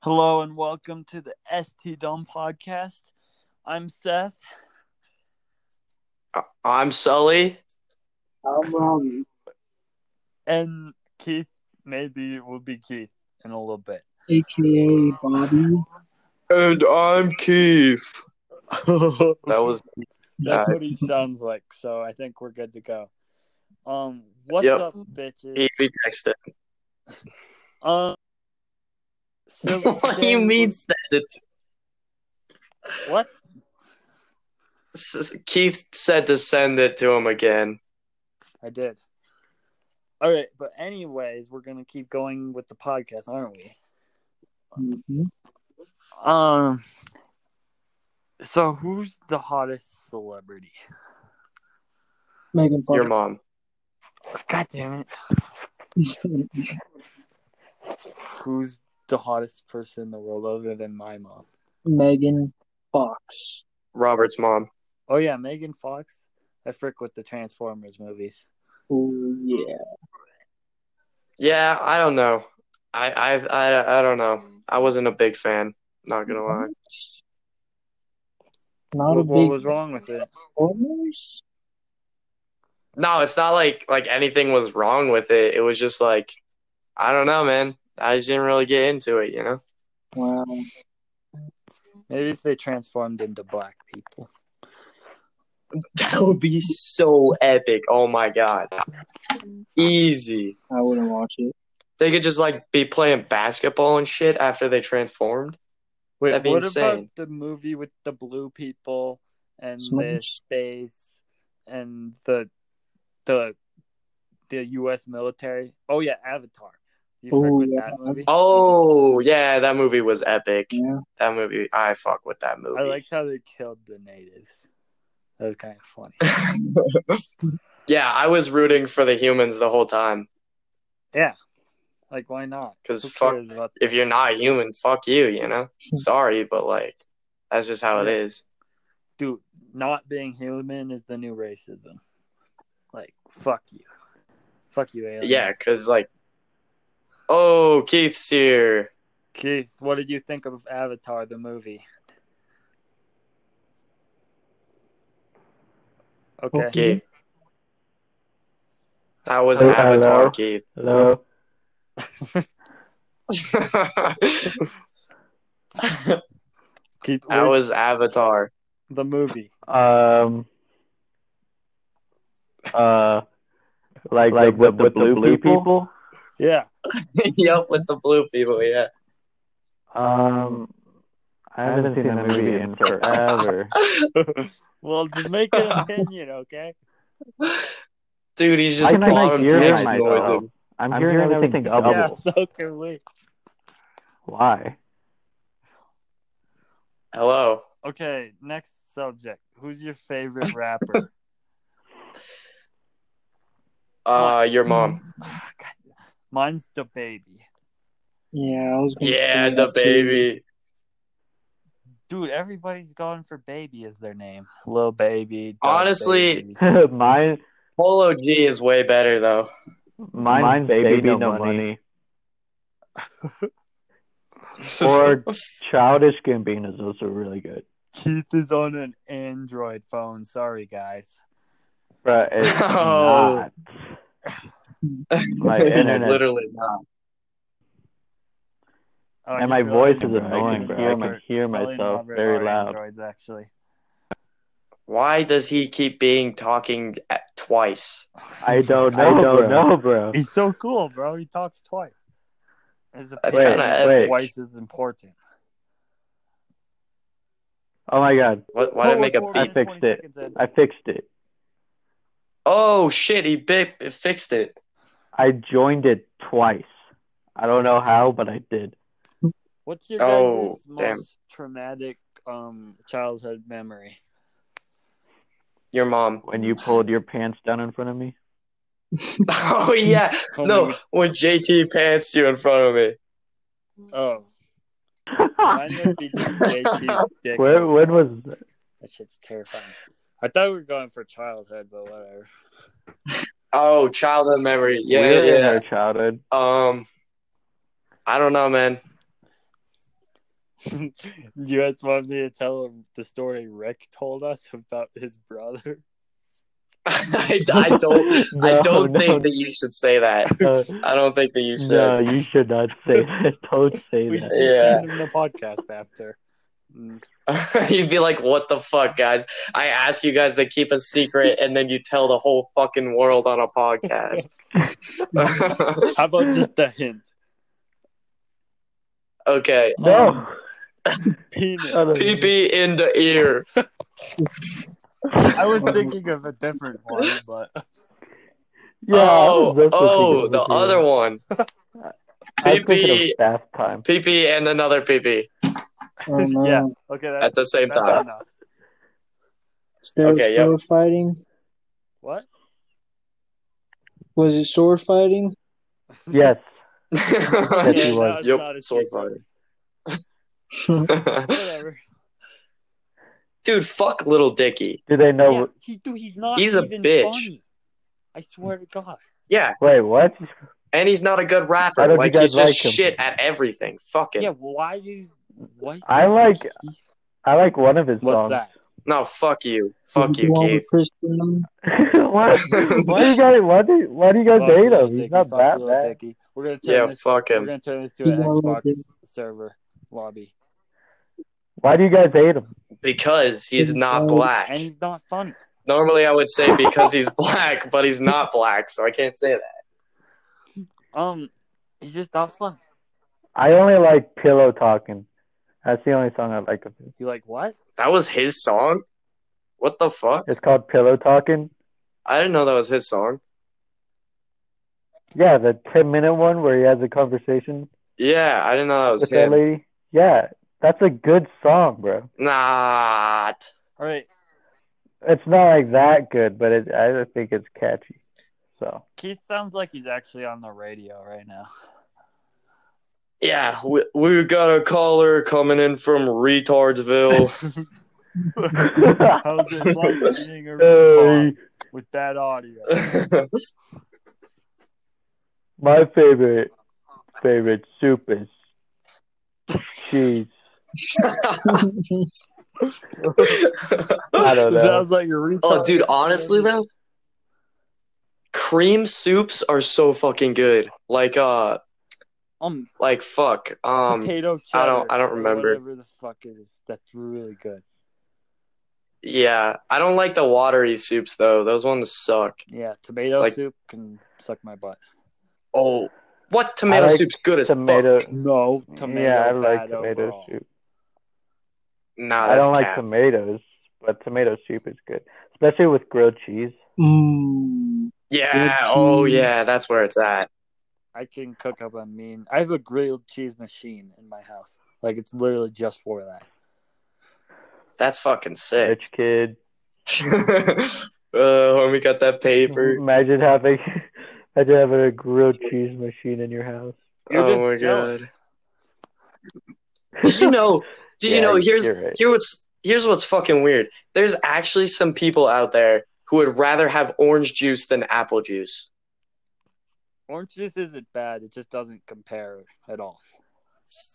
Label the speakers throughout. Speaker 1: Hello and welcome to the ST Dumb podcast. I'm Seth.
Speaker 2: I- I'm Sully.
Speaker 3: I'm Robbie.
Speaker 1: And Keith, maybe it will be Keith in a little bit.
Speaker 3: aka Bobby.
Speaker 2: And I'm Keith.
Speaker 1: that
Speaker 2: That was
Speaker 1: That's what he sounds like, so I think we're good to go. Um, what's
Speaker 2: Yep.
Speaker 1: up, bitches?
Speaker 2: Evie Jackson.
Speaker 1: Um, so
Speaker 2: what do
Speaker 1: today
Speaker 2: you
Speaker 1: we-
Speaker 2: mean, Seth? It's-
Speaker 1: What?
Speaker 2: S- Keith said to send it to him again.
Speaker 1: I did. All right, but anyways, we're gonna keep going with the podcast, aren't we?
Speaker 3: Mhm.
Speaker 1: Um. So who's the hottest celebrity?
Speaker 3: Megan
Speaker 2: Your
Speaker 3: Fox.
Speaker 2: mom.
Speaker 1: God damn it! Who's the hottest person in the world other than my mom?
Speaker 3: Megan Fox.
Speaker 2: Robert's mom.
Speaker 1: Oh yeah, Megan Fox. I frick with the Transformers movies.
Speaker 3: Oh yeah.
Speaker 2: Yeah, I don't know. I I I, I don't know. I wasn't a big fan. Not gonna lie.
Speaker 3: Not a
Speaker 1: What, what
Speaker 3: big
Speaker 1: was wrong with it?
Speaker 3: performers.
Speaker 2: No, it's not like like anything was wrong with it. It was just like I don't know, man. I just didn't really get into it, you know.
Speaker 3: Wow.
Speaker 1: Maybe if they transformed into black people.
Speaker 2: That would be so epic. Oh my god. Easy.
Speaker 3: I wouldn't watch it.
Speaker 2: They could just like be playing basketball and shit after they transformed.
Speaker 1: Wait,
Speaker 2: That'd be
Speaker 1: what about
Speaker 2: insane.
Speaker 1: the movie with the blue people and the
Speaker 3: Smush.
Speaker 1: space and the the the U.S. military? Oh yeah, Avatar. You frick
Speaker 3: Ooh,
Speaker 1: with
Speaker 3: yeah.
Speaker 1: that movie?
Speaker 2: Oh yeah, that movie was epic.
Speaker 3: Yeah.
Speaker 2: That movie, I fuck with that movie.
Speaker 1: I liked how they killed the natives. That was kind of funny.
Speaker 2: yeah, I was rooting for the humans the whole time
Speaker 1: yeah, like why not?
Speaker 2: because
Speaker 1: Who
Speaker 2: fuck,
Speaker 1: cares about-
Speaker 2: if you're not human, fuck you. You know, sorry, but like that's just how it is.
Speaker 1: dude, not being human is the new racism. Like fuck you, fuck you, aliens.
Speaker 2: Yeah, because like, oh Keith's here.
Speaker 1: Keith, what did you think of Avatar the movie? Okay.
Speaker 3: Okay.
Speaker 2: Keith, that was
Speaker 4: Hello.
Speaker 2: Avatar. Keith.
Speaker 4: Hello.
Speaker 1: Keith,
Speaker 2: that
Speaker 1: where's
Speaker 2: was Avatar.
Speaker 1: the movie.
Speaker 4: Um. Uh. Like like with, the blue, people?
Speaker 1: Yeah.
Speaker 2: yep, with the blue people. Yeah.
Speaker 4: Um. I haven't seen that movie in forever.
Speaker 1: Well, just make an opinion, okay?
Speaker 2: Dude, he's
Speaker 4: I
Speaker 2: just
Speaker 4: can like
Speaker 2: bottom
Speaker 4: hear
Speaker 2: tears
Speaker 4: myself.
Speaker 2: noises.
Speaker 4: I'm, hearing everything double.
Speaker 1: Yeah, so can we.
Speaker 4: Why?
Speaker 2: Hello.
Speaker 1: Okay, next subject. Who's your favorite rapper?
Speaker 2: Uh, your mom.
Speaker 1: Ah, Mine's the baby.
Speaker 3: Yeah, I was gonna
Speaker 2: Yeah,
Speaker 3: say
Speaker 2: the
Speaker 3: that too.
Speaker 2: baby.
Speaker 1: Dude, everybody's going for baby as their name. Lil baby. Dope
Speaker 2: Honestly-
Speaker 1: Baby.
Speaker 4: mine,
Speaker 2: Polo G is way better though.
Speaker 4: mine, mine, baby, no, money. Or childish Gambino is also really good.
Speaker 1: Keith is on an Android phone. Sorry, guys.
Speaker 4: But it's
Speaker 2: No.
Speaker 4: not. my internet.
Speaker 2: Literally not.
Speaker 1: Oh,
Speaker 4: And
Speaker 1: you
Speaker 4: my
Speaker 1: feel
Speaker 4: voice
Speaker 1: like-
Speaker 4: is annoying,
Speaker 1: can
Speaker 4: bro. I can hear
Speaker 1: Sully and
Speaker 4: myself
Speaker 1: Robert
Speaker 4: very
Speaker 1: are
Speaker 4: loud.
Speaker 1: Androids, actually.
Speaker 2: Why does he keep being talking at twice?
Speaker 4: I don't know.
Speaker 1: I
Speaker 4: don't
Speaker 1: don't
Speaker 4: know, bro.
Speaker 1: He's so cool, bro. He talks twice. As a
Speaker 2: That's
Speaker 1: player,
Speaker 4: kinda
Speaker 1: his
Speaker 2: epic.
Speaker 1: voice is important.
Speaker 4: Oh my god,
Speaker 2: What? Why did it make a
Speaker 1: Forward
Speaker 2: beat?
Speaker 1: 20
Speaker 4: I fixed it.
Speaker 1: seconds in.
Speaker 4: I fixed it.
Speaker 2: Oh shit! He bit, fixed it.
Speaker 4: I joined it twice. I don't know how, but I did.
Speaker 1: What's your
Speaker 2: Oh,
Speaker 1: guys'
Speaker 2: damn.
Speaker 1: most traumatic um, childhood memory?
Speaker 2: Your mom.
Speaker 4: When you pulled your pants down in front of me.
Speaker 2: Oh yeah.
Speaker 1: When
Speaker 2: No,
Speaker 1: we-
Speaker 2: when JT pants you in front of me.
Speaker 1: Oh, mine would be just JT's dick.
Speaker 4: Where, when was that?
Speaker 1: That shit's terrifying. I thought we were going for childhood, but whatever.
Speaker 2: Oh, childhood memory. Yeah, Um,
Speaker 4: we were
Speaker 2: yeah.
Speaker 4: in our childhood?
Speaker 2: Um, I don't know, man.
Speaker 1: you guys want me to tell the story Rick told us about his brother?
Speaker 2: I, I don't. I
Speaker 4: No,
Speaker 2: don't
Speaker 4: no.
Speaker 2: think that you should say that.
Speaker 4: No,
Speaker 2: I don't think that you should.
Speaker 4: Uh, no, you should not say that. Don't say
Speaker 1: We should
Speaker 4: that.
Speaker 2: Yeah.
Speaker 1: send him the podcast after. Mm.
Speaker 2: You'd be like, "What the fuck, guys? I ask you guys to keep a secret, and then you tell the whole fucking world on a podcast."
Speaker 1: How about just the hint?
Speaker 2: okay,
Speaker 4: No.
Speaker 1: Penis.
Speaker 4: Shut up.
Speaker 2: pee pee in the ear.
Speaker 1: I was thinking of a different one, but
Speaker 4: Yeah, I was
Speaker 2: oh,
Speaker 4: definitely
Speaker 2: oh,
Speaker 4: thinking
Speaker 2: the
Speaker 4: of you.
Speaker 2: other one.
Speaker 4: I was thinking
Speaker 2: PP.
Speaker 4: of staff time.
Speaker 2: Pee pee and another pee pee
Speaker 3: Oh no.
Speaker 1: Yeah. okay, that's,
Speaker 2: at the same
Speaker 1: that's
Speaker 2: time.
Speaker 1: enough.
Speaker 3: They were
Speaker 2: Okay,
Speaker 3: sword fighting.
Speaker 1: What?
Speaker 3: Was it sword fighting?
Speaker 4: Yes.
Speaker 1: Yeah,
Speaker 4: Yes, he
Speaker 1: no, it's not
Speaker 4: was.
Speaker 2: Yep,
Speaker 1: a
Speaker 2: sword
Speaker 1: secret.
Speaker 2: fighting.
Speaker 1: Whatever.
Speaker 2: Dude, fuck little Dicky.
Speaker 4: Do they know?
Speaker 1: Yeah, he, dude, he's not.
Speaker 2: He's a
Speaker 1: even
Speaker 2: bitch.
Speaker 1: Funny. I swear to God.
Speaker 2: Yeah,
Speaker 4: Wait, what?
Speaker 2: and he's not a good
Speaker 4: Why
Speaker 2: rapper.
Speaker 4: don't you
Speaker 2: Like he's
Speaker 4: guys
Speaker 2: just
Speaker 4: like him?
Speaker 2: shit at everything. Fucking
Speaker 1: Yeah, why you? Why?
Speaker 4: I like- I like one of his
Speaker 1: What's
Speaker 4: songs.
Speaker 1: that?
Speaker 2: no, fuck you, fuck
Speaker 3: Was it
Speaker 2: you,
Speaker 3: the one
Speaker 2: Keith.
Speaker 3: with Chris Brown?
Speaker 4: why, why do you guys? Why do? Why do you guys
Speaker 1: Fuck
Speaker 4: hate
Speaker 1: Little
Speaker 4: him?
Speaker 1: Dicky,
Speaker 4: He's not
Speaker 1: fuck
Speaker 4: that
Speaker 1: Little
Speaker 4: bad.
Speaker 1: Dicky. We're gonna turn
Speaker 2: Yeah,
Speaker 1: this.
Speaker 2: fuck
Speaker 1: We're
Speaker 2: him.
Speaker 1: gonna turn this to
Speaker 3: He's
Speaker 1: an
Speaker 3: not
Speaker 1: Xbox
Speaker 3: looking.
Speaker 1: server lobby,
Speaker 4: Why do you guys hate him?
Speaker 2: Because he's
Speaker 3: He's
Speaker 2: not
Speaker 3: bald.
Speaker 2: black.
Speaker 1: and he's not funny.
Speaker 2: Normally, I would say because he's black, but he's not black, so I can't say that.
Speaker 1: Um, he's just not funny.
Speaker 4: I only like pillow talking. That's the only song I like of his.
Speaker 1: You like what?
Speaker 2: That was his song. What the fuck?
Speaker 4: It's called pillow talking.
Speaker 2: I didn't know that was his song.
Speaker 4: Yeah, the ten minute one where he has a conversation
Speaker 2: Yeah, I didn't know that was
Speaker 4: with that
Speaker 2: him.
Speaker 4: lady. Yeah, that's a good song, bro.
Speaker 2: Nah,
Speaker 1: All right,
Speaker 4: It's not like that good, but it, I just think it's catchy. So
Speaker 1: Keith sounds like he's actually on the radio right now.
Speaker 2: yeah, we, we got a caller coming in from retardsville.
Speaker 1: How's it like being a retard
Speaker 4: hey,
Speaker 1: with that audio?
Speaker 4: my favorite favorite soup is cheese. I don't know.
Speaker 1: Sounds like a retard.
Speaker 2: Oh, dude, honestly though, cream soups are so fucking good. Like, uh,
Speaker 1: um,
Speaker 2: like fuck. Um,
Speaker 1: potato
Speaker 2: I don't-
Speaker 1: cheddar
Speaker 2: I don't
Speaker 1: or
Speaker 2: remember.
Speaker 1: Whatever the fuck it is, that's really good.
Speaker 2: yeah, I don't like the watery soups though. Those ones suck.
Speaker 1: Yeah, tomato
Speaker 2: like-
Speaker 1: soup can suck my butt.
Speaker 2: Oh, what tomato
Speaker 4: I like
Speaker 2: soup's good as
Speaker 4: Tomato.
Speaker 2: fuck?
Speaker 1: No, tomato.
Speaker 4: yeah, I like
Speaker 1: bad
Speaker 4: tomato
Speaker 1: overall.
Speaker 4: soup.
Speaker 2: Nah,
Speaker 4: I
Speaker 2: Oh, that's
Speaker 4: don't like
Speaker 2: cap.
Speaker 4: tomatoes, but tomato soup is good, especially with grilled cheese.
Speaker 3: Mm.
Speaker 2: yeah.
Speaker 3: Good
Speaker 2: Oh,
Speaker 3: cheese.
Speaker 2: yeah. That's where it's at.
Speaker 1: I can cook up a mean. I have a grilled cheese machine in my house. Like it's literally just for that.
Speaker 2: That's fucking sick.
Speaker 4: Rich kid.
Speaker 2: uh, homie got that paper.
Speaker 4: Imagine having, imagine having a grilled cheese machine in your house.
Speaker 1: You're just
Speaker 2: oh my
Speaker 1: jealous.
Speaker 2: god. Did you know? Did you
Speaker 4: Yeah,
Speaker 2: know? Here's
Speaker 4: you're right.
Speaker 2: here what's here's what's fucking weird. There's actually some people out there who would rather have orange juice than apple juice.
Speaker 1: Orange juice isn't bad. It just doesn't compare at all.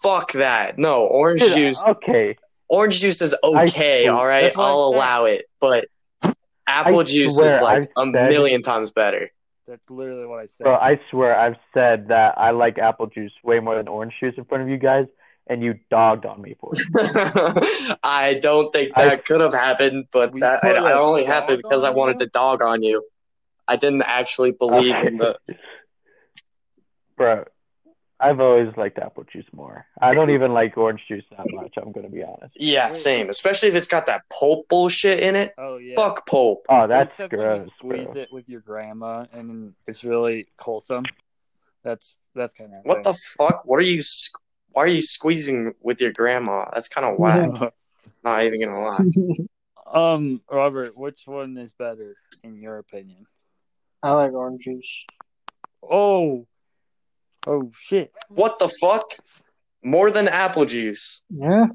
Speaker 2: Fuck that. No, orange
Speaker 4: Dude,
Speaker 2: juice.
Speaker 4: Okay,
Speaker 2: Orange juice is
Speaker 4: I-
Speaker 2: okay. all right,
Speaker 1: That's what I
Speaker 2: I'll
Speaker 1: said.
Speaker 2: allow it. But apple
Speaker 4: I
Speaker 2: juice is
Speaker 4: swear,
Speaker 2: like
Speaker 4: I've
Speaker 2: a
Speaker 4: said-
Speaker 2: million times better.
Speaker 1: That's literally what I said.
Speaker 4: bro. I swear, I've said that I like apple juice way more than orange juice in front of you guys, and you dogged on me for it.
Speaker 2: I don't think
Speaker 4: I-
Speaker 2: that could have happened, but
Speaker 1: We
Speaker 2: that
Speaker 1: put
Speaker 2: it
Speaker 1: a
Speaker 2: only
Speaker 1: dog
Speaker 2: happened because I
Speaker 1: on
Speaker 2: wanted
Speaker 1: you?
Speaker 2: to dog on you. I didn't actually believe in the
Speaker 4: bro. I've always liked apple juice more. I don't even like orange juice that much. I'm gonna be honest.
Speaker 2: Yeah,
Speaker 1: Wait.
Speaker 2: same. Especially if it's got that pulp bullshit in it.
Speaker 1: oh yeah.
Speaker 2: Fuck pulp.
Speaker 4: Oh, that's
Speaker 1: Except when
Speaker 4: gross.
Speaker 1: You squeeze
Speaker 4: bro.
Speaker 1: it with your grandma, and it's really wholesome. That's that's kind of
Speaker 2: What the fuck? What are you? s- Why are you squeezing with your grandma? That's kind of whack. Not even gonna lie.
Speaker 1: um, Robert, which one is better in your opinion?
Speaker 3: I like orange juice.
Speaker 1: Oh, oh shit!
Speaker 2: What the fuck? More than apple juice,
Speaker 3: Yeah,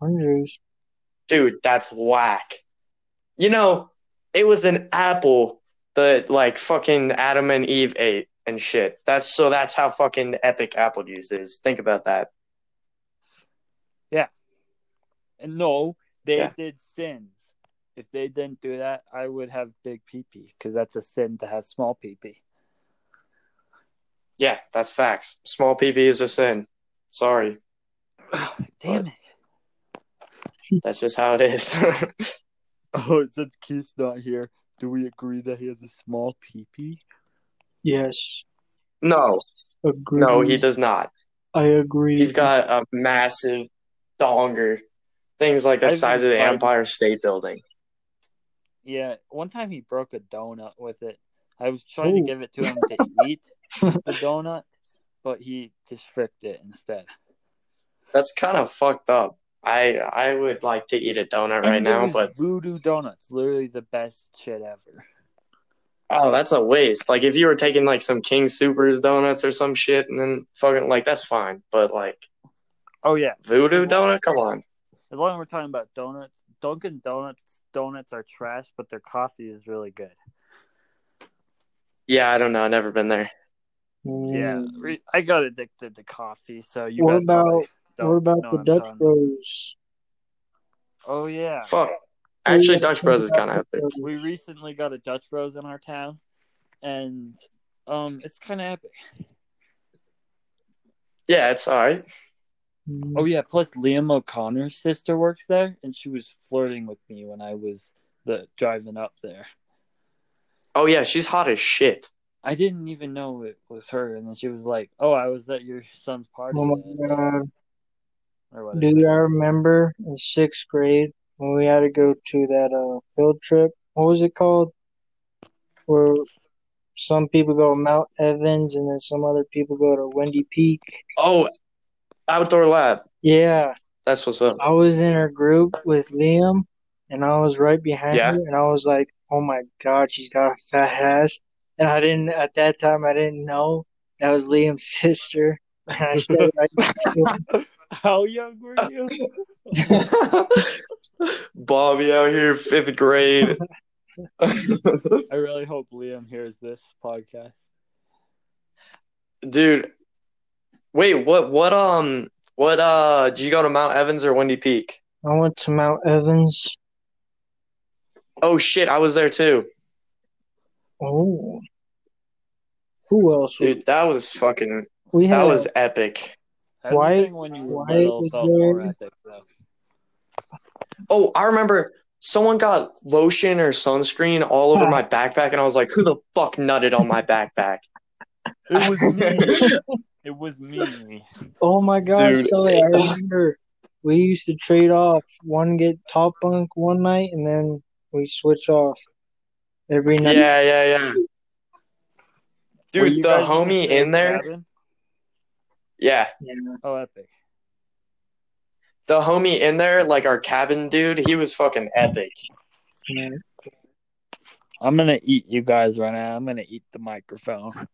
Speaker 3: orange juice.
Speaker 2: dude. That's whack. You know, it was an apple that like fucking Adam and Eve ate and shit. That's so. That's how fucking epic apple juice is. Think about that.
Speaker 1: And no, they
Speaker 2: Yeah.
Speaker 1: did sins. If they didn't do that, I would have big pee pee because that's a sin to have small pee pee.
Speaker 2: Yeah, that's facts. Small PB is a sin. Sorry,
Speaker 1: Damn it.
Speaker 2: that's just how it is.
Speaker 1: Oh, since Keith's not here, do we agree that he has a small pee pee?
Speaker 3: Yes.
Speaker 2: no,
Speaker 3: Agree.
Speaker 2: no, he does not.
Speaker 3: I agree.
Speaker 2: He's got a massive donger, things like the
Speaker 1: I've been
Speaker 2: size of the
Speaker 1: fighting-
Speaker 2: Empire State Building.
Speaker 1: Yeah, one time he broke a donut with it. I was trying
Speaker 3: Ooh.
Speaker 1: to give it to him to eat the donut, but he just fricked it instead.
Speaker 2: That's kind of fucked up. I I would like to eat a donut right
Speaker 1: And it
Speaker 2: now,
Speaker 1: was
Speaker 2: but
Speaker 1: voodoo donuts, literally the best shit ever.
Speaker 2: oh, that's a waste. Like if you were taking like some King Supers donuts or some shit, and then fucking like that's fine. But like
Speaker 1: Oh yeah,
Speaker 2: voodoo donut, come on.
Speaker 1: as long as we're talking about donuts, Dunkin' Donuts donuts are trash, but their coffee is really good.
Speaker 2: Yeah, I don't know. I've never been there.
Speaker 3: Mm.
Speaker 1: Yeah, re- I got addicted to coffee, so you.
Speaker 3: What
Speaker 1: guys probably
Speaker 3: about-
Speaker 1: don't
Speaker 3: what about
Speaker 1: know
Speaker 3: the
Speaker 1: I'm
Speaker 3: Dutch
Speaker 1: done.
Speaker 3: Bros?
Speaker 1: Oh yeah,
Speaker 2: Fuck. Actually,
Speaker 3: What do you
Speaker 2: Dutch Bros is
Speaker 3: think
Speaker 2: kind of
Speaker 3: about Dutch
Speaker 1: we
Speaker 3: Bros?
Speaker 1: recently got a Dutch Bros in our town, and um, it's kind of epic.
Speaker 2: yeah, it's all right.
Speaker 3: Mm.
Speaker 1: Oh yeah, plus Liam O'Connor's sister works there, and she was flirting with me when I was the driving up there.
Speaker 2: Oh yeah, she's hot as shit.
Speaker 1: I didn't even know it was her, and then she was like, "Oh, I was at your son's party."
Speaker 3: Oh
Speaker 1: the
Speaker 3: my
Speaker 1: other day,"
Speaker 3: god.
Speaker 1: or whatever.
Speaker 3: Dude, I remember in sixth grade when we had to go to that uh, field trip. What was it called? Where some people go to Mount Evans and then some other people go to Windy Peak.
Speaker 2: Oh, outdoor lab.
Speaker 3: Yeah,
Speaker 2: That's what's up.
Speaker 3: I was in her group with Liam, and I was right behind
Speaker 2: Yeah.
Speaker 3: her, and I was like, "Oh my god, she's got a fat ass!" And I didn't at that time. I didn't know that was Liam's sister. And I stayed right next to him.
Speaker 1: How young were you?
Speaker 2: Bobby out here, fifth grade.
Speaker 1: I really hope Liam hears this podcast.
Speaker 2: Dude, wait, what? What? Um, what? Uh, did you go to Mount Evans or Windy Peak?
Speaker 3: I went to Mount Evans.
Speaker 2: Oh shit, I was there too,
Speaker 3: Oh, who else? was-
Speaker 2: dude. That was fucking.
Speaker 3: We had
Speaker 2: That was epic.
Speaker 3: Why-
Speaker 1: Everything when you were
Speaker 3: why
Speaker 1: little
Speaker 3: is
Speaker 1: felt more
Speaker 3: there-
Speaker 1: epic, though.
Speaker 2: Oh, I remember someone got lotion or sunscreen all over my backpack, and I was like, "Who the fuck nutted on my backpack?"
Speaker 1: It was me. it was me.
Speaker 3: Oh my god,
Speaker 2: Dude.
Speaker 3: Shelly, I remember we used to trade off. One get top bunk one night and then we switch off every night.
Speaker 2: Yeah, yeah, yeah.
Speaker 1: Were you
Speaker 2: Dude, the
Speaker 1: guys the
Speaker 2: homie
Speaker 1: same
Speaker 2: in there.
Speaker 1: cabin?
Speaker 2: Yeah.
Speaker 1: Oh, epic.
Speaker 2: the homie in there, like our cabin dude, he was fucking epic.
Speaker 3: Yeah.
Speaker 1: I'm gonna eat you guys right now. I'm gonna eat the microphone.